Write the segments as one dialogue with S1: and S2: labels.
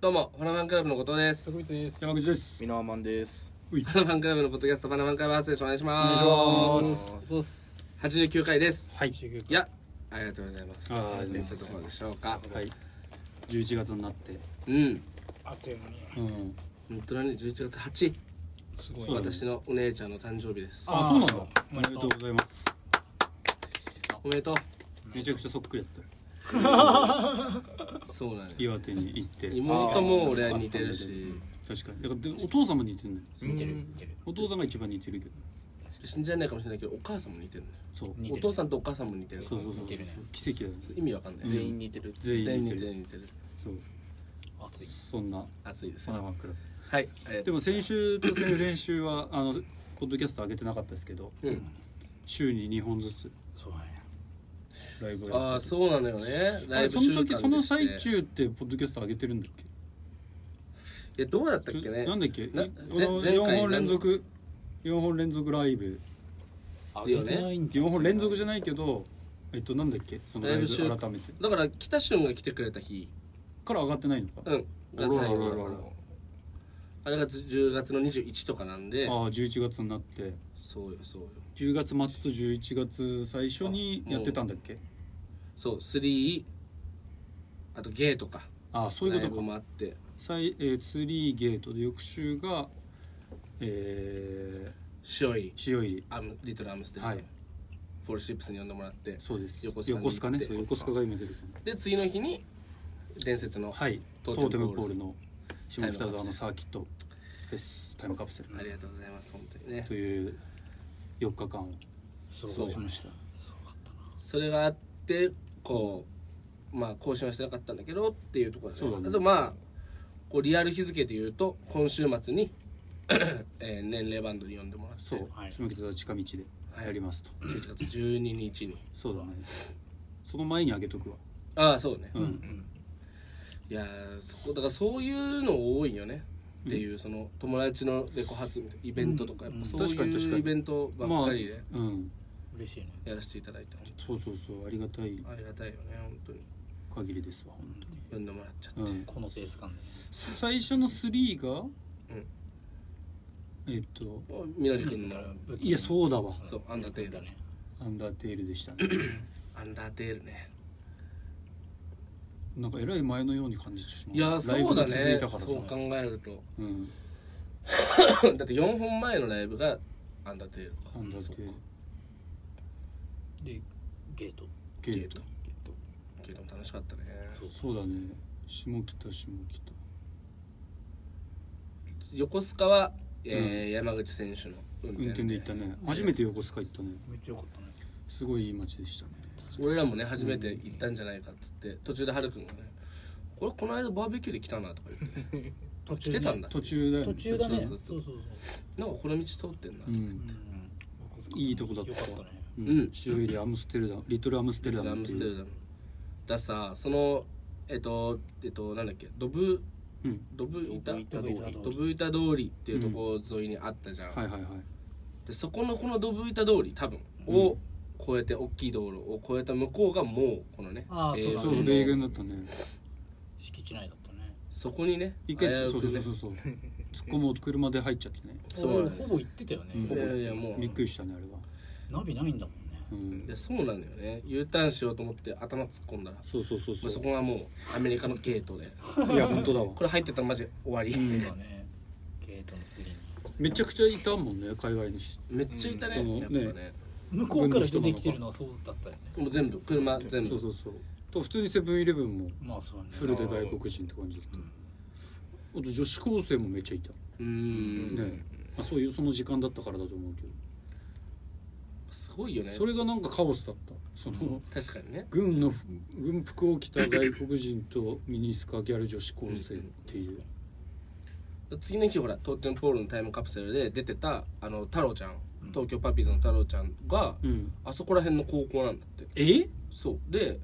S1: どうも、ファナファンクラブの後藤です。
S2: 徳光です。
S3: 山口です
S4: ミノアマンです。
S1: ファナファンクラブのポッドキャスト、ファナファンクラブハウスです。お願いし
S3: お
S1: ます。
S3: 願いし
S2: そうっす。
S1: 89回です。
S3: はい
S1: いや、ありがとうございます。
S3: あーありがとうござ
S1: い
S3: いま
S1: った
S3: す
S1: ところでしょうか。
S3: はい11月になって
S1: うん。
S2: あっという間に。
S3: うん
S1: 本当だね、11月8日、
S2: すごい。
S3: そうだね
S1: 私のお姉ちゃんの誕生日です。
S3: あそうなんだありがとうございます
S1: おめでと
S3: めちゃくちゃそっくりだっ
S1: う。そうなん
S3: た
S1: よ
S3: 岩手に行って
S1: 妹も俺は似てるし、
S3: 確かにだからでお父さんも似てるんだよ
S2: 似てる似てる。
S3: お父さんが一番似てるけど
S1: 死んじゃないかもしれないけど、お母さんも似てるのよ
S3: そう
S2: 似て
S1: お
S2: る
S1: 父さんとお母さんも似てる。
S3: そうそうそう
S2: 似てるね
S3: 奇跡だよね
S1: 意味わかんない。
S4: 全員似てる。
S3: 全
S1: 全
S3: 員
S1: 員
S3: 似
S1: 似
S3: て
S1: て
S3: る
S1: る似てる。
S3: そう
S2: 暑い。
S3: そんな
S1: 暑いです
S3: サナ
S1: よ。
S3: マンクラブ
S1: はい、ありが
S3: で
S1: とう。
S3: も先週と先々週はあのポッドキャスト上げてなかったですけど
S1: うん。
S3: 週に2本ずつ
S2: そうだね。
S3: ライブ
S1: ああ、そうなのよね。ラ
S3: あ
S1: イ
S3: れ
S1: ブ
S3: その
S1: 習慣でし
S3: 時
S1: て
S3: その最中ってポッドキャスト上げてるんだっけ
S1: いや、どうだったっけ
S3: ちょ
S1: ね。
S3: なんだっけ
S1: な
S3: い
S1: 前
S3: この
S1: 前回
S3: 4本連続4本連続ライブ
S2: あ
S1: げてない
S2: ん
S3: 4本連続じゃないけどえっとなんだっけそのライ
S1: ライ
S3: ブ
S1: ブ週
S3: 改めて
S1: だから北俊が来てくれた日、
S3: から上がってないのか、
S1: うん、が最後だった
S3: あらららら
S1: のあれがず10月の21とかなんで
S3: ああ11月になって
S1: そうよそうよ
S3: 10月末と11月最初にやってたんだっけ
S1: そう3あとゲーとか
S3: ああそういう
S1: ラ
S3: こ
S1: イブ
S3: とか
S1: もあって
S3: 最、えー、3ゲートで翌週がえ
S1: 塩入り
S3: ー、塩入り
S1: アムリトルアムステル、
S3: はい
S1: フォールシップスに呼んでもらって
S3: そうです
S1: 横須賀に行って
S3: ねそう横須賀が今出てくる
S1: で次の日に伝説の、
S3: はい
S1: ト
S3: ト
S1: ー
S3: ー
S1: テ
S3: テ
S1: ム
S3: ム
S1: ポール
S3: ポールの下北
S1: タイムカプセ
S3: 沢
S1: ル
S3: のサーキットですタイムカプセル
S1: ありがとうございます本当にね
S3: という4日間を
S2: そう
S1: そう
S2: しまし
S3: した
S2: かったな。
S1: それがあってこうまあ更新はしてなかったんだけどっていうところで、
S3: そうだね
S1: あとまあこうリアル日付で言うと今週末に、 えー年齢バンドに呼んでもらって
S3: そう、
S2: はい
S3: 下北沢近道でやりますと、
S1: 11月12日に
S3: そうだねその前にあげとくわ
S1: ああそうね、
S3: うん、
S1: いやーそこだからそういうの多いよねっていう、その友達のレコ発みたいなイベントとかやっぱそう
S3: 確かに
S1: い
S3: 確か
S1: う
S3: に
S1: イベントばっかりで
S3: まあうん
S2: 嬉しいね。
S1: やらせていただいて本
S3: そうそうそうありがたい
S1: 当にありがたいよね本当に
S3: 限りですわ本
S1: 呼んでもらっちゃって、
S3: 当に、うん、
S2: このペース感でね。
S3: 最初の3が、
S1: ん
S3: えっと
S1: みのりくんの
S3: いや
S2: う。
S3: そうだわ
S1: そうアンダーテール
S2: だね。
S3: アンダーテールでしたね
S1: アンダーテールね
S3: なんかえらい前のように感じてしまう
S1: いやそうだ
S3: ライブが続
S1: ね
S3: いたからさ
S1: そう考えると
S3: うん、
S1: だって4本前のライブがアンダーテールか
S3: アンダーテール
S2: で、ゲート。
S3: ゲ
S1: ゲー
S3: ー
S1: ト
S3: ト
S1: ゲートゲートも楽しかったね
S3: そうだね下北下北
S1: 横須賀は、えー山口選手の運
S3: 運
S1: 転
S3: 転
S1: で
S3: で行ったね初めて横須賀行ったね
S2: めっちゃ良かったね。
S3: すごいいい街でしたね
S1: 俺らもね初めて行ったんじゃないかっつって途中でハルくんがね「これこの間バーベキューで来たな」とか言って
S2: 途
S1: 来てたんだ
S3: 途中だよ
S2: 途中だね。
S1: そ
S2: そうう
S1: そ
S2: そうう
S1: そ
S2: そう。
S1: なんかこの道通ってんな、
S2: う
S3: う
S2: んん。
S3: いいとこだった
S2: 良かったね。
S3: うん
S1: うん
S3: 塩入りアムステルダムリトルアムステルダ
S1: ラム
S3: ムって
S1: ス
S3: いう
S1: テルダムださそのえっとえっとなんだっけドブ
S3: うん
S1: ドブ板
S2: ドブ板通り
S1: ドブ板通りっていうとこ沿いにあったじゃん、
S3: はいはいはい
S1: でそこのこのドブ板通り多分を越えて大きい道路を越えた向こうがもうこのね
S2: あーそうだ
S3: そ
S2: ね
S3: う
S1: の
S3: 霊群だったね
S2: 敷地内だったね。
S1: そこにね
S3: 一回
S1: 危
S3: そう
S1: く
S3: うそう
S1: ね
S3: そうそう突っ込もうと車で入っちゃってね
S1: そうなんです
S2: ほぼ行ってたよね。
S3: うん
S2: ほぼ行って
S1: いやいやもう
S2: ました
S3: びっくりしたねあれは
S2: ナビないんだもんね。
S3: うん
S1: いやそうなのよね U ターンしようと思って頭突っ込んだら
S3: そうそうそうそ
S1: そこがもうアメリカのゲートで
S3: ういや本当だわ
S1: これ入ってたらマジ終わり、
S2: そうだね。ゲートの次に。
S3: めちゃくちゃいたもんね海外の人
S1: めっちゃいたね、
S3: うん
S1: やっぱね
S3: ね
S2: 向こうから出てきてるのはそうだったよね。
S1: もう全部車全
S3: そう
S1: 部
S3: そうそうと普通にセブンイレブンも
S2: まあそうね。
S3: フルで外国人って感じだったあと女子高生もめっちゃいた
S1: うーん
S3: ねまあそういうその時間だったからだと思うけど
S1: すごいよね
S3: それがなんかカオスだったその
S1: 確かにね
S3: 軍の軍服を着た外国人とミニスカギャル女子高生っていう
S1: 次の日ほらトーテンポールのタイムカプセルで出てたあの太郎ちゃん東京パピーズの太郎ちゃんが、
S3: うん
S1: あそこら辺の高校なんだって
S3: え
S1: そうで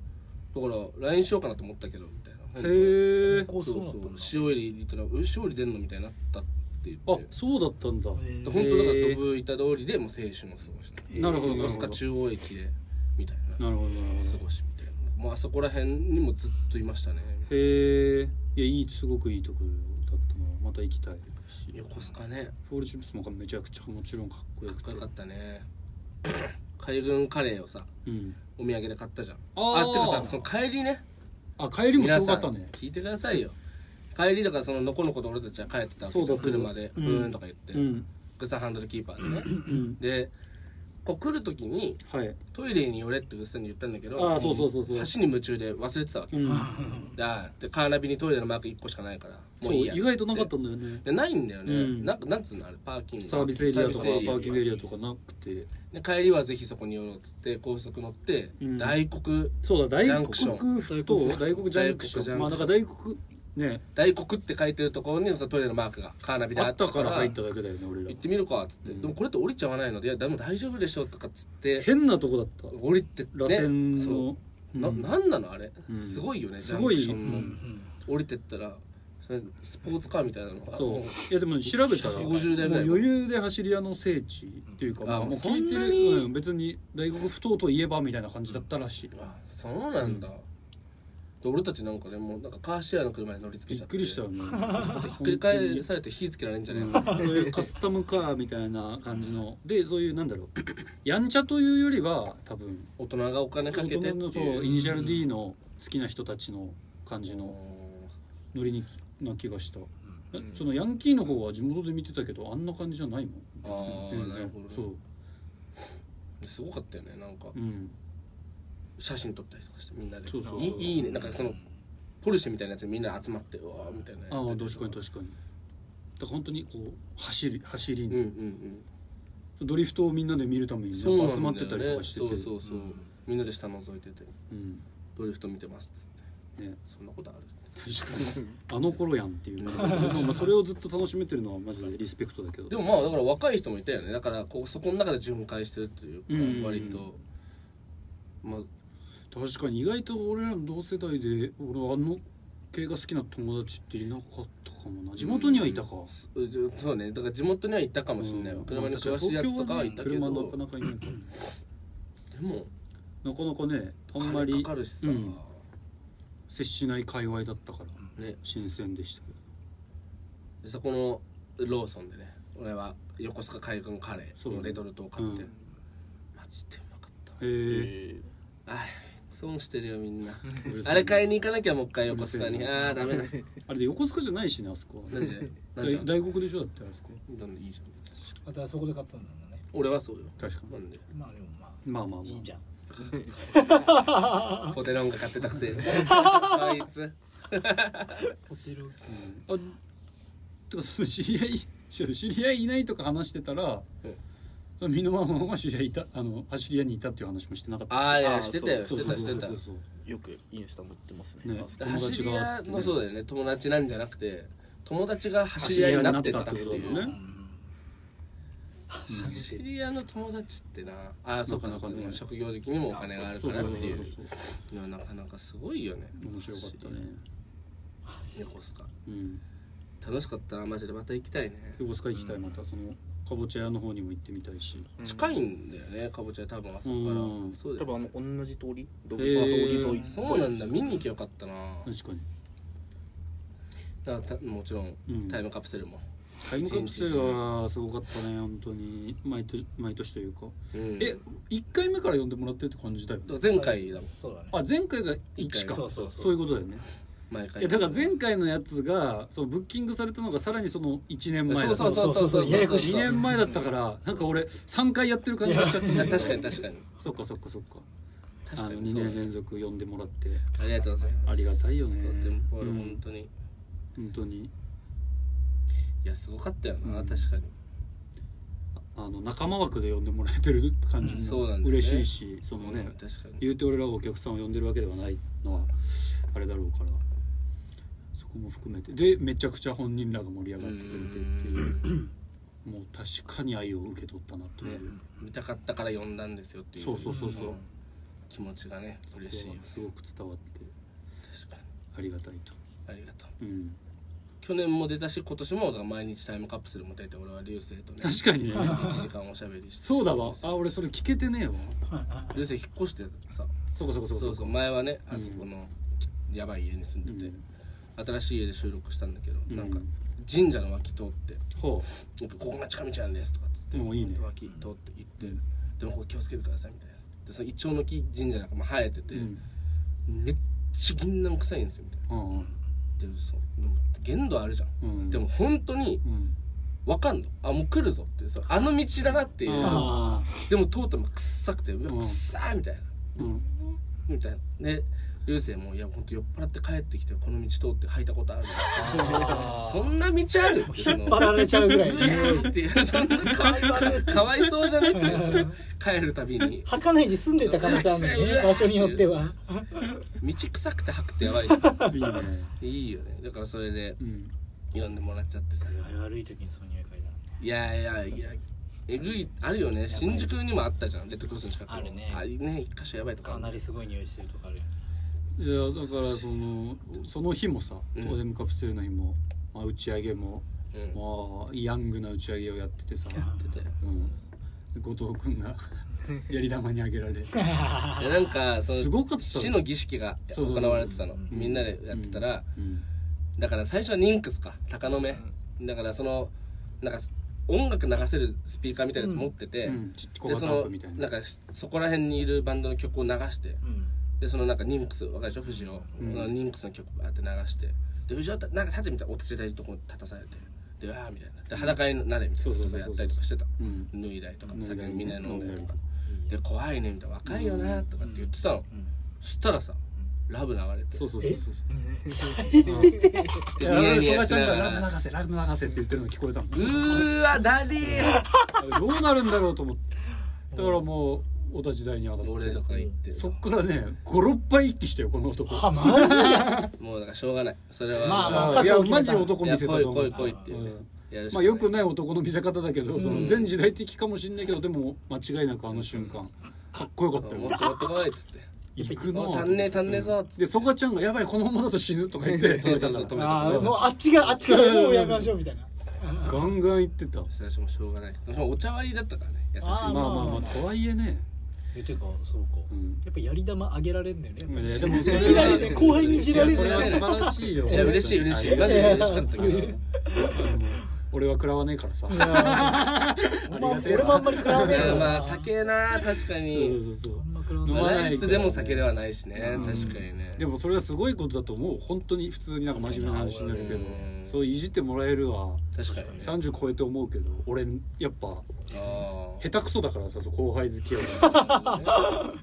S1: だから LINE しようかなと思ったけどみたいな
S3: へえ
S2: こう
S1: そ
S2: そうう
S1: そ
S2: だった
S1: うん
S2: だ。
S1: 塩入りリトラえ塩入り出んのみたいになったって言
S3: あ
S1: って
S3: そうだったん
S1: で
S3: だ
S1: 本当だから
S3: へー
S1: ドブ板通りでもう青春の過ごし
S3: なるほど
S1: 横
S3: なる
S1: 須
S3: ほ
S1: 賀
S3: ど
S1: 中央駅でみたいな
S3: なるほどなるほ
S1: 過ごしみたいなもうあそこら辺にもずっといましたね
S3: どへえいやいいすごくいいところだったなまた行きたいし
S1: 横須賀ね
S3: フォールチップスもめちゃくちゃもちろんかっこよくて
S1: かっこよかったね 海軍カレーをさ
S3: うん、
S1: お土産で買ったじゃん
S3: あ
S1: あ
S3: ー
S1: ってかさその帰りね
S3: あ帰りも
S1: 皆
S3: すごか
S1: さん
S3: ったね
S1: 聞いてくださいよ帰りだからそののこのこと俺たちは帰ってたわけじ
S3: そ
S1: ゃ
S3: うんだそうだ
S1: 車で
S3: う
S1: ブ
S3: ん
S1: ーンとか言って、
S3: うん
S1: 草ハンドルキーパーで
S3: う
S1: ね
S3: ん
S1: でこう来る時に
S3: はい
S1: トイレに寄れってうっさんに言ったんだけど
S3: ああそうそうそうそう
S1: 橋に夢中で忘れてたわけ、
S3: うん
S1: だでカーナビにトイレのマーク1個しかないからも
S3: そうう
S1: いいや
S3: 意外となかった
S1: つ
S3: んだよね
S1: てでないんだよね、
S3: うん
S1: なんかなんつうのあれパーキング
S3: サービスエリアとか
S1: サ
S3: パ
S1: ービスエリア
S3: ーキングエリアとかなくて
S1: で帰りはぜひそこに寄ろうっつって高速乗って、
S3: うん
S1: 大黒
S3: そうだ
S1: ジャ
S3: 大
S1: ンクション
S3: 黒ふと大黒ジャンクシ
S1: 大黒ジャンクショ
S3: ョ
S1: ン
S3: ンまあだから大黒ね
S1: 大黒って書いてるところにそのトイレのマークがカーナビであ
S3: あ
S1: っ
S3: った
S1: か
S3: たから
S1: ら
S3: 入っただけだよね俺ら
S1: 行ってみるかっつって、
S3: うん
S1: でもこれって降りちゃわないのでいやでも大丈夫でしょうとかっつって
S3: 変なとこだった
S1: 降りてね
S3: 螺旋
S1: そ
S3: の
S1: うな
S3: うん
S1: なんなのあれ、
S3: うん
S1: すごいよね
S3: すごい
S1: ジャンクション
S2: うんう
S1: の、
S2: ん
S1: 降りてったらそれスポーツカーみたいなのが
S3: そう
S1: も
S3: いやでもね調べたらもう
S1: 150台ぐらい
S3: 余裕で走り屋の聖地っていうか
S1: うん
S3: まあ
S1: あ
S3: もう
S1: そん
S3: 聞いて
S1: なに
S3: るうん別に大黒ふ頭といえばみたいな感じだったらしい
S1: あそうなんだ、
S3: うん
S1: で俺たちなんかねもうなんかカーシェアの車に乗りつけ
S3: び
S1: ちゃ
S3: っ
S1: って
S3: くりしたよね
S1: だってひっくり返されて火つけられんじゃないの
S3: そういうカスタムカーみたいな感じのでそういうなんだろうやんちゃというよりは多分
S1: 大人がお金か
S3: 大
S1: けてってい
S3: 人
S1: う
S3: のそうイニシャル D の好きな人たちの感じの
S1: うん
S3: ノリにな気がした、えそのヤンキーの方は地元で見てたけどあんな感じじゃないも
S1: あ
S3: ん
S1: ー
S3: 全
S1: なる
S3: 然
S1: ほどね
S3: そう
S1: すごかったよねなんか
S3: うん
S1: 写真撮ったりとかしてみんなで
S3: そうそう
S1: いいいねなんかそのポルシェみたいなやつにみんな集まってうわーみたいな
S3: ああ確かに確かにだから本当にこう走り走り
S1: うん
S3: に、
S1: うんうん
S3: ドリフトをみんなで見るために
S1: そう
S3: やっ
S1: な
S3: ぱ集まっ
S1: んだ
S3: て
S1: よ
S3: たりと
S1: ね
S3: かして
S1: そ
S3: て
S1: うそうそう
S2: うん
S1: みんなで下覗いてて
S3: うん
S1: ドリフト見てますっつって
S3: ね
S1: そんなことある
S3: 確かに あの頃やんっていうねでもまあそれをずっと楽しめてるのはマジでリスペクトだけど
S1: でもまあだから若い人もいたよねだからこうそこの中で巡回してるという
S3: うんうんう
S1: か
S3: ん
S1: 割とまあ
S3: 確かに意外と俺らの同世代で俺あの系が好きな友達っていなかったかもな地元にはいたか、
S1: すそうねだから地元にはいたかもしれないわ
S3: うん
S1: 車に詳しいやつとかはいたけどで
S3: 車なか
S1: も
S3: なかいないからなかなかねあんま
S1: 金
S3: り
S1: かかるしさ
S3: うん接しない界隈だったから
S1: ね
S3: 新鮮でしたけど
S1: でそこのローソンでね俺は横須賀海軍カレーのレトルトを買って、
S3: うん
S1: マジでうまかった
S3: へえ
S1: あれ損してるよみんなあれ買いに行かなきゃもう一回横須賀
S3: う
S1: に
S3: るせ
S1: ああーダメだ
S3: あれで横須賀じゃないしねあそこ
S1: なんでなんじゃ
S3: 大
S1: ん
S3: 大黒でしょだってあそこ
S1: なんでいいじゃん別に
S2: あとはそこで買ったんだもんね
S1: 俺はそうよ
S3: 確か
S1: な
S3: に
S1: んで
S2: まあでもまあ
S3: まあまあまあ
S2: いいじゃん
S1: ポテロンが買ってたくせ にあいつ
S2: ホテル
S3: うんあてかその知り合い知知り合いいないとか話してたら
S1: うん
S3: その身のままが知り合いいたあの走り屋にいたっていう話もしてなかった
S1: ああいや
S4: あー
S1: してたよ
S4: そ
S1: してたしてた
S3: そうそう
S4: よくインスタ持ってます
S3: そう
S4: ね。
S3: ね
S1: で走り屋のそうだ
S3: よ
S1: よね友達なんじゃなくて友達が走り屋になってたって
S3: 走り屋
S1: い
S3: にな
S1: う
S3: ったってことだもんね
S1: 走り屋の友達ってなあーそうか
S3: なかなかね
S1: 職業的にもお金がある
S3: そ
S1: か
S3: うそ
S1: らっ
S3: う
S1: ていう
S3: そうそう
S1: いやなかなかすごいよね
S3: 面白かったね
S1: 横須賀
S3: うん
S1: 楽しかったなマジでまた行きたいね
S3: 横須賀行きたいまたそのかぼちゃ屋の方にも行ってみたいし
S1: 近いんだよねかぼちゃ多分あそこから
S3: うん
S1: そうだ
S4: 多
S1: よ
S4: 分あの同じ通り、ど
S3: へ
S4: こ
S3: ー
S4: 通り沿いっぽい。
S1: そうなんだ見に行きゃよかったな
S3: 確かに
S1: だからたもちろん
S3: うん
S1: タイムカプセルも、
S3: タイムカプセルはすごかったね本当に毎年毎年というか
S1: うん
S3: え1回目から呼んでもらってるって感じだよね
S1: だから前回だもん
S2: そうだね
S3: あ前回が1か
S1: 一回
S3: そう
S2: そうそうそう
S3: いうことだよね
S1: 毎回
S3: いやだから前回のやつがそのブッキングされたのがさらにその1年前だった
S1: そうそうそうそうそう
S2: ややこし
S3: 2
S2: い
S3: 年前だったからなんか俺3回やってる感じがしちゃって
S1: いや確かに確かに
S3: そっかそっかそっか
S1: 確か
S3: あの
S1: に
S3: 2
S1: そう
S3: 年連続呼んでもらって
S1: ありがとうございます
S3: ありがたいよね
S1: とてもこれ
S3: うん
S1: 本当に、い
S3: 本当に
S1: やすごかったよな、
S3: うん
S1: 確かに
S3: あの仲間枠で呼んでもらえてる感じ
S1: うんそうなんだよね
S3: 嬉しいしそのね、
S1: うん確かに
S3: 言うて俺らがお客さんを呼んでるわけではないのはあれだろうからそこも含めてでめちゃくちゃ本人らが盛り上がってくれてっていう
S1: うん
S3: もう確かに愛を受け取ったなという、
S1: ね見たかったから呼んだんですよっていう
S3: そうそうそうそう、
S1: ん気持ちがね嬉しいよ
S3: すごく伝わって
S1: 確かに
S3: ありがたいと、
S1: ありがとう
S3: うん、
S1: 去年も出たし今年もだから毎日タイムカプセルも出て俺は流星とね
S3: 確かにね
S1: 1時間おしゃべりして
S3: そうだわあ俺それ聞けてねえわ
S1: 流星引っ越してさ
S3: そうかそう
S1: そ
S3: かそうう
S1: そ
S3: か
S1: う
S3: そうか
S1: 前はね
S3: うん
S1: あそこのやばい家に住んでて、
S3: うん
S1: 新しい家で収録したんだけど、
S3: うん
S1: なんか神社の脇通って
S3: ほ
S1: 「なんかここが近道なんです」とかっつって
S3: おいいね
S1: 脇通って行って「でもここ気をつけてください」みたいなでそのイチョウの木神社なんかまあ生えて
S3: う
S1: て、
S3: うん
S1: めっちゃ銀杏臭いんですよみたい
S3: うん
S1: なでそう限度あるじゃん
S3: うん
S1: でも本当に
S3: うん
S1: 分かんのあもう来るぞっていうそうあの道だなっていう
S3: あ
S1: でも通っても臭くてうわ
S3: うん
S1: 臭いみたいな
S3: ーうん
S1: みたいなで流星も「いや本当酔っ払って帰ってきてこの道通って履いたことあるの そんな道ある?」ってその
S2: 引っ張られちゃうぐらい。
S1: うわーっていう そんなかわいかわいそうじゃねっていうその帰るたびに
S2: 履かないで住んでた可能性あるんだよね。 場所によっては。
S1: 道臭くて履くってやばい
S3: いいね
S1: いいよねだからそれで
S3: うん
S1: 呼んでもらっちゃってさ
S5: 悪い時にそういう匂い嗅いだ
S1: いやいやいやえぐいあるよね新宿にもあったじゃんレッドクロスの近くに
S5: あるね
S1: あね一箇所やばいとか
S5: かなりすごい匂いしてるとかあるよね
S3: いやだからそのその日もさ
S1: う
S3: ト
S1: ん
S3: ーデムカプセルの日も、まあ、打ち上げも、
S1: うん
S3: まあ、ヤングな打ち上げをやっててさ、
S1: やってて
S3: うん、後藤君 がやり玉にあげられ
S1: でなんかそ
S3: す
S1: の
S3: ごかった
S1: 死の儀式が行われてたの
S5: そうそうそう
S1: みんなでやってたら、
S3: うん
S1: だから最初はニンクスか鷹の目、だからそのなんか音楽流せるスピーカーみたいなやつ持ってて、
S3: うん、ちっこ
S1: で
S3: が
S1: そ
S3: タン
S1: の
S3: クみたい
S1: な
S3: なん
S1: かそこら辺にいるバンドの曲を流して
S5: うん
S1: でそのなんかニンクスわかるでしょ藤を、
S3: うん
S1: ニンクスの曲バーって流してで藤をたなんか立てみたらお立ち台のとこに立たされてでわーみたいなで裸になれみたいなことやったりとかしてた
S3: うん
S1: 脱いだりとか
S3: 脱いだり
S1: 酒みんなで飲んだりとか
S5: うん
S1: で怖いねみたいな若いよなとかって言ってたの、
S5: うん
S1: そしたらさラブ流れて
S3: そうそうそうそう
S1: で
S3: いや
S1: ニヤニ
S3: 曽
S1: ヤ
S3: 我
S1: し
S3: ちゃん
S1: な
S3: が
S1: がら
S3: 「ラブ流せラブ流せ」って言ってるの聞こえたもん
S1: うーわダリー
S3: どうなるんだろうと思ってだからもうお立ち台に上がって
S1: 俺とか言って
S3: そっからね56杯一気してよこの男
S2: はマ ジ
S1: もうだからしょうがないそれは
S2: まあまあ
S3: いや
S2: 覚悟決めた
S3: マジ男
S1: い
S3: 見
S1: や
S3: せた
S1: 来い
S3: と思
S1: 来
S3: う
S1: い来いっていうね
S3: うん
S1: やるしか
S3: まあ、
S1: ない
S3: よくない男の見せ方だけど、その全時代的かもしれないけどでも間違いなくあの瞬間かっこよかったよ
S1: もっと持ってこいっつって
S3: 行く
S1: も
S3: の
S1: う足んねえ足んねえぞっつって
S3: でそこちゃんが「やばいこのままだと死ぬ」とか言っ て
S1: そうそうそう止めた
S2: ああ、もうあっちが、あっちからもうやめましょうみたいな。
S3: ガンガン言ってたま
S1: 最初もしょうがないでもお茶割りだったからね優しい
S3: あ
S2: あ
S3: まあまあとはいえね、
S5: えてかそうか
S3: うん、
S5: やっぱやり玉あげられんだよねやっぱ
S3: い
S5: り
S3: やでもそ
S2: い
S3: れ
S2: じられ
S3: は
S2: て、後輩にいじられ
S3: それは
S2: る
S3: 素晴らしいよ
S1: いや嬉しい嬉しいマジで
S3: あ
S1: 嬉しかったけど
S2: いやいや
S3: 俺は食らわねえからさ
S2: いや
S3: あり
S2: まあ
S3: がてえ
S2: 俺もあ
S3: なん
S2: まり食らわ
S1: い
S2: ねえか
S1: や
S2: ら
S1: まあ酒な確か
S3: そう
S1: に
S3: そうそうそう
S5: あんま食らわ
S3: 飲
S5: ない
S3: まない
S1: ライスでも酒ではないしね
S3: うん
S1: 確かにね
S3: でもそれはすごいことだと思う本当に普通になんか真面目な話になるけど
S1: うん
S3: そういじってもらえるは
S1: 確かにね
S3: 30超えて思うけど俺やっぱ
S1: あ
S3: 下手くそだからさそう後輩付き合いが
S1: あ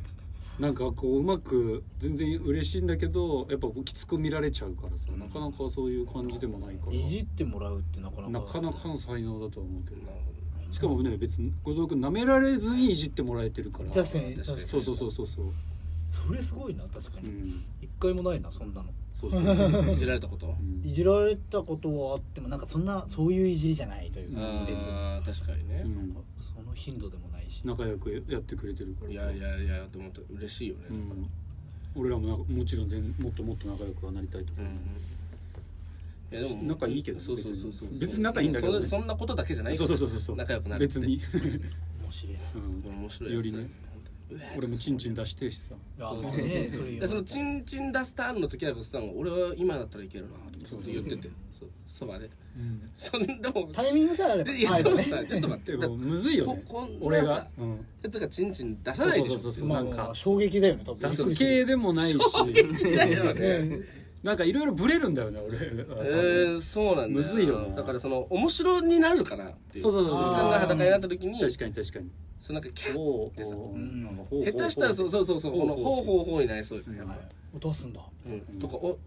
S3: なんかこううまく全然嬉しいんだけどやっぱこうきつく見られちゃうからさなかなかそういう感じでもないか
S5: いじ
S3: ら
S5: ってもらうってなかなか
S3: なかなかの才能だとは思うけどしかもね別に後藤君舐められずにいじってもらえてるから
S2: 確かに、確かに。
S3: そうそうそうそうそう
S5: それすごいな確か
S3: う
S5: に
S3: ん
S5: 一回もないなそんなの
S3: そ うそうそう
S1: いじられたこと
S3: うん
S5: いじられたことはあってもなんかそんなそういういじりじゃないというか
S1: あ
S5: 別に
S1: あ確かにね
S3: うん
S5: その頻度でもないし
S3: 仲良くやってくれてるからさ
S1: いやいやいやと思ったら嬉しいよね
S3: う
S1: だから
S3: ん俺らもなもちろん全もっともっと仲良くはなりたいとか、
S1: いやでも
S3: 仲いいけどね
S1: そうそうそうそう
S3: 別に仲いいんだけどね
S1: そそんなことだけじゃない
S3: そうそうそうそう
S1: 仲良くなるって
S3: 別 に、
S5: 面白いな
S3: うん
S1: 面白いやつ
S3: よりね
S1: うわー
S3: 俺もチンチン出してえしさ
S5: あ
S1: そう
S5: ーまあ
S1: そうそう
S5: ねそれ
S1: い
S5: 言
S1: や
S5: う
S1: そのチンチンダスターンの時はさん俺は今だったらいけるなとかずっと言っててそうそばでそんでも
S2: タイミングさえあれば。
S1: で いやでもさちょっと待って
S3: で
S1: だ
S3: もむずいよ
S1: こ
S3: ね
S1: こん
S3: 俺
S1: な
S3: が
S1: さ、
S3: うん、
S1: やつがチンチン出さないでしょ
S3: そうそうそうそう
S2: まあ
S3: なんか
S2: 衝撃だよね、多分。
S3: 出す系で もないし
S1: いやいやね
S2: ね
S3: なんかいろいろブレるんだよね俺
S1: えー、そうなんだ
S3: むずいよな
S1: だからその面白になるからっていう
S3: そうそう
S1: お
S3: そう
S1: っ
S2: あー
S1: さんが裸になった時に
S3: 確かに確かに
S1: そうなんかキャッ
S3: おう
S1: でさ
S3: おう
S5: うん
S3: なんかほう
S1: 下手したらそう
S3: ほ
S1: そうそうそうこのほうほうほうになりそうですねやっぱ
S5: はい
S2: 出すんだ。
S1: うんとかお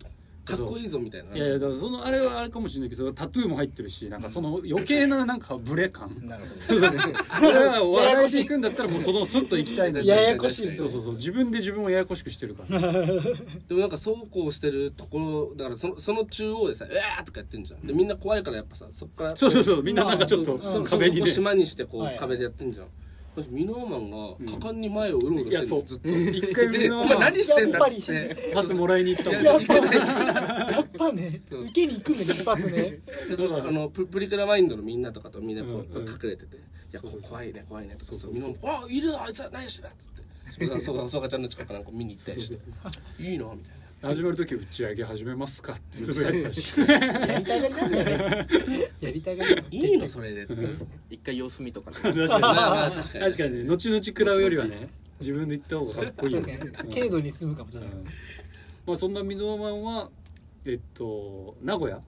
S1: かっこいいぞみたいない
S3: やいやだからそのあれはあれかもしれないけどタトゥーも入ってるしなんかその余計ななんかブレ感
S2: なるほど。
S3: それは笑いでいくんだったらもうそのスッと行きたいんだけど
S2: ややこしい
S3: そうそうそう自分で自分をややこしくしてるから
S1: でもなんかそうこうしてるところだからそのその中央でさ「うわ!」とかやってんじゃんでみんな怖いからやっぱさそっから
S3: そうそうそうみんななんかちょっと
S1: そうそう
S3: 壁に
S1: そ
S3: ね
S1: こ島にしてこう、
S2: はい
S1: 壁でやってんじゃん私ミノーマンが果敢に前をうろうろ
S3: い
S1: して
S3: や
S1: る
S3: そ
S1: の
S3: う
S1: ずっと
S3: 一回
S1: で
S3: みん
S1: お
S3: な
S1: 前何してんだっつっ
S2: や
S1: て
S3: パスもらいに行ったもん
S2: やっぱやっぱね、
S1: そう
S2: 受けに行くんだね、一発 ね。
S1: でそのあのププリクラマインドのみんなとかとみんなこう,、
S3: うんうん
S1: 隠れてて「いやこ
S3: そうそう
S1: 怖いね怖いね」とか
S3: そう
S1: そ
S3: そうう
S1: ミノーマン「あいるぞあいつは何してだ」っつってそこさそうかそうかちゃんの近くなんか見に行ったりして「いいな」みたいな。
S3: 始まる時打ち上げ始めますかってつぶやいてたし
S2: やりたがりなんだよねやりたがり
S1: いいのそれでって
S4: 一回様子見 とかね
S3: 確
S1: まあ
S3: か
S1: まあ確
S3: に
S1: かに
S3: 確かに後々食らうよりはね自分で行った方がかっこいいよ
S2: 確
S3: ね
S2: かに軽度に進むかもし
S3: う
S2: れない
S3: んまあそんなミノマンはえっと名古屋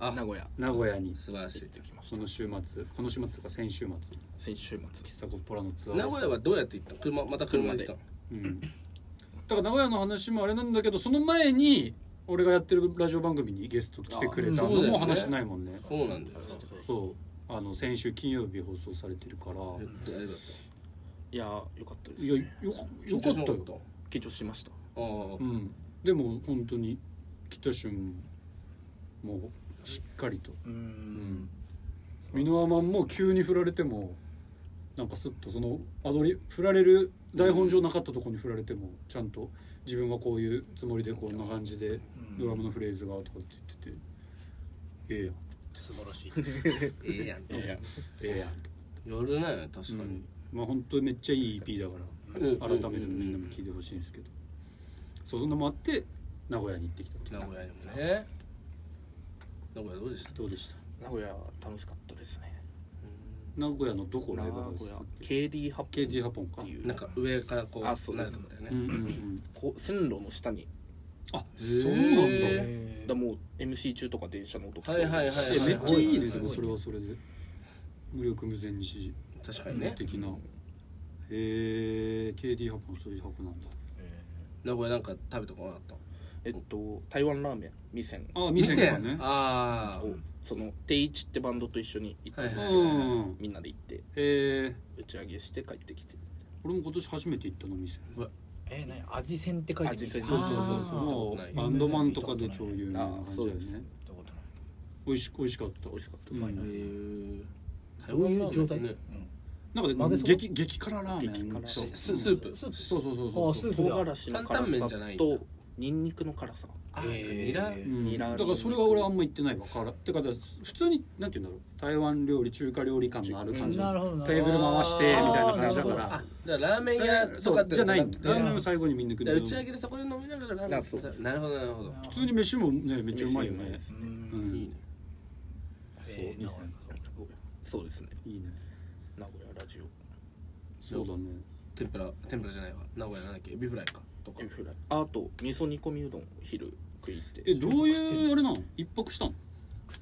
S1: あ
S4: 名古屋
S3: 名古屋に
S1: 素晴らし
S4: 行っ
S1: い
S4: てきまし
S3: この週末この週末とか先週末
S4: た先週末
S3: 喫茶コッポラのツアーで
S1: 名古屋はどうやって行ったの車また車で行っ
S3: うんだから名古屋の話もあれなんだけどその前に俺がやってるラジオ番組にゲスト来てくれたの
S1: あそうだよね
S3: も話してないもんね
S1: たのそうなんだよ
S3: そうあの先週金曜日放送されてるから
S1: えっとあれだっ
S4: いやーよかったで
S3: い
S4: す
S3: やよよか
S1: た
S3: ったよ
S1: あ
S4: 緊張しました
S1: あー
S3: うんでも本当に北俊もしっかりとう
S4: う
S3: んん箕輪マンも急に振られてもなんかスッとそのアドリ振られる台本上なかったところに振られてもちゃんと自分はこういうつもりでこんな感じでドラムのフレーズがとかって言っててえ
S5: 素晴らしい
S1: ええやん
S3: えやんええやん
S1: やるね確
S3: う
S1: かに
S3: んまあ本当にめっちゃいい EP だから
S1: うん
S3: 改めてみんなも聞いてほしいんですけど、そうそんなのもあって名古屋に行ってきたっていう
S1: 名古屋でもね名古屋どうでした
S3: どうでした
S4: 名古屋は楽しかったですね
S3: 名古屋のどこ
S4: 名
S3: ライブハウス
S4: 古屋 KD ハッピ
S3: KD
S4: ー
S3: ハポンか
S4: っていう
S1: なんか上からこう
S4: あそうです
S1: なるんだよ
S3: うん
S1: ね
S3: うんうん
S4: こう線路の下に
S3: あ
S1: ー
S3: そうなんだ
S1: へ
S3: え
S4: だもう MC 中とか電車の音聞こ
S1: はいはいはいはい
S3: めっちゃいいです
S1: す
S3: ね
S1: ごい
S3: それはそれで無力無前日
S1: 確かにね
S3: 的なへえ KD ハポンそういうハポなんだ
S1: 名古屋なんか食べてこなかった
S4: えっと台湾ラーメン店
S3: あ店とかね
S1: 店あ
S4: をその定一ってバンドと一緒に行ったんですけど、
S1: はいはい
S3: はいはい
S4: みんなで行って
S3: へえ
S4: 打ち上げして帰ってきて
S3: 俺も今年初めて行ったの店
S2: えー、何味線って書いて
S4: 味仙
S2: あ
S4: そうそうそう
S2: ー
S1: そう
S3: も
S1: ないう
S3: バンドマンとかで超有名な
S4: あ
S3: 感じ
S4: そう
S3: だよ
S4: です
S3: ね
S4: ね
S5: どういうことなの
S3: 美味し美味しかった
S4: 美味しかった
S3: う
S4: です、
S1: あ
S3: ん
S1: へえ
S5: どういう状態
S1: 台湾ラーメンってね
S3: なんか
S5: 混
S3: ね
S5: ぜそう
S3: 激激辛ラーメン
S4: 激辛
S3: そう
S1: ススープ
S5: スープ
S3: そうそうそうそう
S2: あ
S4: 唐辛子の
S1: 担々麺
S4: 辛
S1: じゃな
S4: さ
S1: い
S4: とニンニクの辛さ
S1: あ
S5: え
S1: ニ
S5: ー
S1: ラ
S3: うん
S4: ニラ
S3: だからそれは俺あんま言ってないわからてかだから普通になんて言うんだろう台湾料理中華料理感のある感じ
S2: なるほどな
S3: テーブル回してみたいな感じだか
S1: あーなるほ
S3: ら
S1: どあだからラーメン屋とかって
S3: じゃないんだ
S1: だ
S3: よラーメン
S1: か
S3: を最後にみんな食う
S1: ら打ち上げでそこで飲みながらラーメン
S4: あそうです
S1: なるほどなるほど
S3: 普通に飯もねめっちゃうまいよ
S4: 美
S3: ね
S4: 味しいです
S5: う
S4: ね
S5: ん
S3: うん
S1: いいね
S5: えー
S3: そう
S5: なるほど
S4: そうですね
S3: いいね
S4: 名古屋ラジオ
S3: そうだね
S1: 天ぷら天ぷらじゃないわ名古屋なんだっけエビフライかとか
S4: エビフライあと味噌煮込みうどん昼食いって
S3: えどういうあれなの一泊したの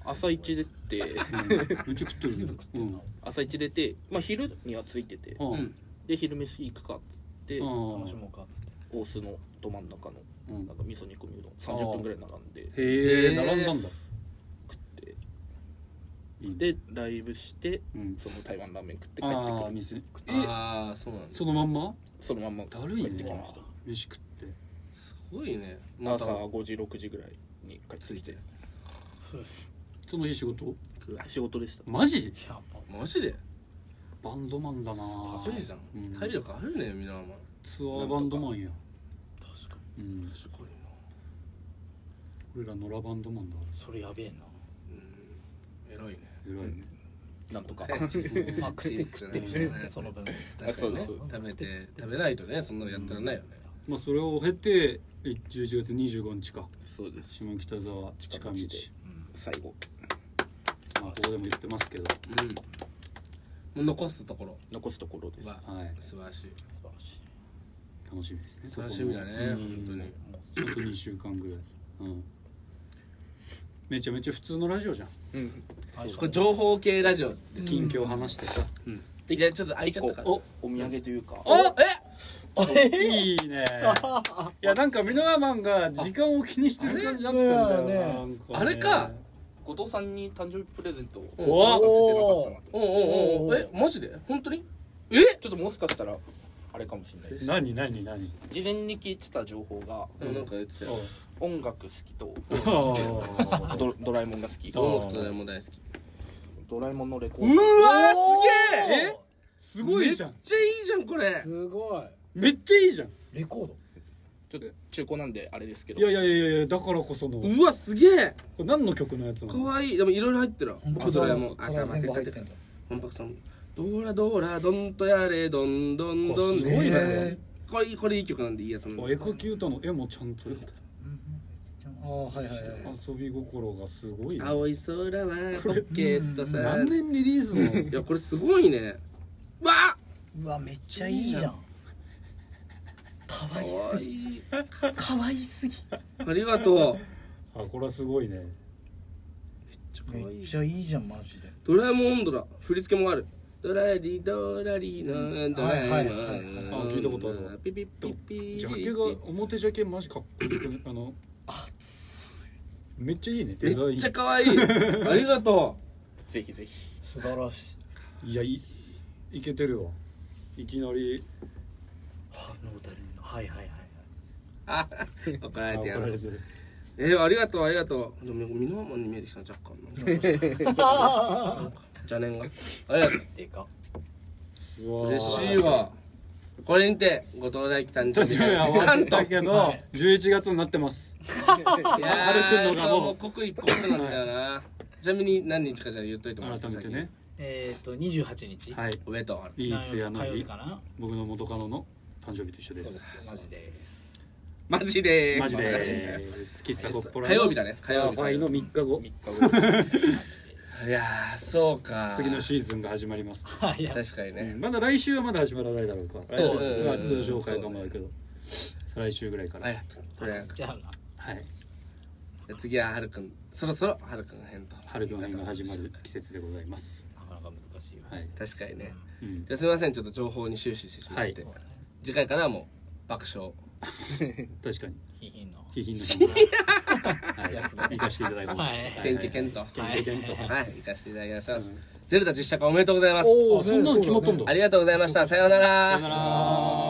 S4: 朝一出て
S3: めっちゃ食ってるねうん
S4: 朝一出てまあ昼にはついてて
S3: ああ
S1: うん
S4: で昼飯行くかっつって
S5: 楽
S3: あ
S5: しもうかっつって
S4: 大須のど真ん中の
S3: あうん
S4: なんか味噌煮込みうどん30分ぐらい並んで
S3: へえ
S1: へー
S3: 並んだんだ
S4: 食って
S3: いいね
S4: でライブして
S3: うん
S4: その台湾ラーメン食って帰って
S3: ああ
S4: くる
S3: 店え
S1: ああそうなんだ
S3: そのまんま
S4: そのまんま
S3: だるい
S4: 帰
S3: ね
S4: ってきました
S3: 飯食って
S1: すごいねまた
S4: 朝5時6時ぐらいに帰って
S1: つい
S4: きて
S1: て
S3: その日仕事
S1: く
S4: 仕事でした
S3: マジ
S5: やっぱ
S1: マジで
S3: バンドマンだな
S1: かっこいいじゃん
S3: うん
S1: 体力あるねみんなお前
S3: ツアーバンドマンや
S5: 確か
S3: うん
S1: すごいな
S3: 俺ら野良バンドマンだ
S5: にそれやべえな
S1: うん偉いね
S3: 偉いね
S4: なんとか
S5: まあ食って食ってるじゃんその分
S1: 確かにね
S4: そうです
S1: 食べて食べないとねそんなのやったらないよね
S3: まあそれを経て11月25日か
S4: そうです
S3: 下北沢近
S4: 近道
S3: 道
S4: 最後
S3: まあここでも言ってますけど
S1: うんもう残すところ
S4: 残すところです
S1: わ
S3: はい
S1: 素晴らしい
S5: 素晴らし
S3: 楽しみですねそこも
S1: 楽しみだね
S3: うん
S1: 本当
S5: い
S1: に
S5: もう
S3: あと2週間ぐらいうんめちゃめちゃ普通のラジオじゃん
S4: うん
S1: これ情報系ラジオです
S3: 近況話してさ
S1: いやちょっと開いちゃったから
S3: お
S4: お土産というか
S1: おえ
S3: いい ねいやなんかミノアマンが時間を気にしてる感じだったん
S2: あ
S3: だ
S2: れ
S3: よ
S2: ね
S3: ななんね
S1: あれか
S4: 後藤さんに誕生日プレゼントを
S1: お
S4: 渡せてなかったなと
S1: おうおうおうえマジで本当にえ
S4: ちょっともしかしたらあれかもしれないです
S3: 何何何
S4: 事前に聞いてた情報が
S1: でもなんか言ってたよ
S4: 音楽好きと
S3: ああ
S4: ドドラえもんが好き
S3: お
S1: 音楽とドラえもん大好き
S4: ドラえもんのレコ
S1: う
S4: ード
S1: わーすげええ
S3: すごいじゃん
S1: めっちゃいいじゃんこれ
S2: すごい
S3: めっちゃいいじゃん
S5: レコード
S4: ちょっと中古なんであれですけど
S3: いやいやいやいやだからこそのこ
S1: うわすげえ
S3: れ何の曲のやつな
S1: か
S3: の
S1: わいいでもいろいろ入ってる
S5: 本
S1: あ
S5: 格
S1: ド
S5: さ
S1: ラえ
S5: ん
S1: もん
S5: 本格さん全部入ってんだ
S1: 本格さんドラドラドンとやれドンドンドン
S3: すごいね
S1: これこれいい曲なんでいいやつなんで
S3: エコキュートの絵もちゃんと
S5: うん
S2: ああはいはいはい
S3: 遊び心がすごいね
S1: 青い空はポケットさ
S3: 何年リリースの
S1: いやこれすごいねわ
S2: うわめっちゃいいじゃん
S1: あ
S2: 可
S1: か
S2: 愛
S1: わ
S2: すぎ
S1: いい
S2: 可愛すぎ
S1: ありがと
S3: あこれはすごいね
S1: うめっちゃかわ
S2: め
S1: い
S2: っ
S1: い
S2: ちゃいいじゃんマジで
S1: ドラえもん温度だ振り付けもあるドラリドラリのドラえもん
S2: はいはいはい
S3: あ聞いたことあるわ
S1: ピピピピ
S3: ジャケが表ジャケマジかっこいいあのめっちゃいいねデザ
S1: め
S3: イ
S1: っちゃ可愛いありがと
S4: ぜひぜひ
S2: 素晴らしい
S3: ンいやいいけてるわいきなり
S2: はの誰にはいはいはいはいう
S1: あ怒ら
S3: あ
S1: れて
S3: 怒
S1: や
S3: られ
S1: る
S3: てる
S1: えー、ありがとうありがとうでもミノアマンに見えてきたな若干のなんか邪念がありがとう
S2: でか
S3: うわー
S1: 嬉しいわこれにてご東大来たん
S3: ちょ
S1: で
S3: っと今終わ
S1: 関
S3: った
S1: 東
S3: け
S2: は
S3: ど
S2: い
S3: 11月になってます
S1: いや
S3: 軽
S1: ー
S3: くの
S1: そ
S3: が
S1: う
S3: もう
S1: もう刻一刻なんだよなちなみに何日かじゃあ言っといてもらって
S3: 改めてね
S2: えっと28日
S3: はい
S1: 上と春
S3: いいつやの
S2: 火曜日
S3: 日
S2: かな
S3: 僕の元カノの誕生日と一緒で
S2: そうですすマジです
S1: マジでー
S3: マジです喫茶コッポラ
S1: 火曜日だね
S3: 火
S1: 火
S3: 曜
S1: 曜
S3: 日
S1: 日
S3: の3日後
S4: 3日後
S1: いやーそうか
S3: 次のシーズンが始まります
S2: はいや
S1: 確かに
S3: う
S1: ね
S3: んまだ来週はまだ始まらないだろうか来
S1: そう
S3: 週は
S1: うん
S3: 通常会かもだけど再来週ぐらいか
S1: あり
S3: ら
S1: がとうとりあえず
S2: じゃあな
S3: はい
S1: じゃあ次は春くんそろそろ春くん編と
S3: 春の編が始まる季節でございます
S2: なかなか難しいよ
S3: はい
S1: 確かにね
S3: うん
S1: じゃあすみませんちょっと情報に終始してしまって、
S3: は
S2: そうだね
S1: 次回からはもう爆笑
S3: 確かに
S2: ひひんの
S3: 貴品の日は はい行かせていただいてます
S2: はい
S1: 天気検討
S3: 天気検討
S1: はい行かせていただきました、
S3: うん
S1: ゼルダ実写化おめでとうございます
S3: おおそんなの決まったんだ
S1: ありがとうございましたさようなら
S3: さよなら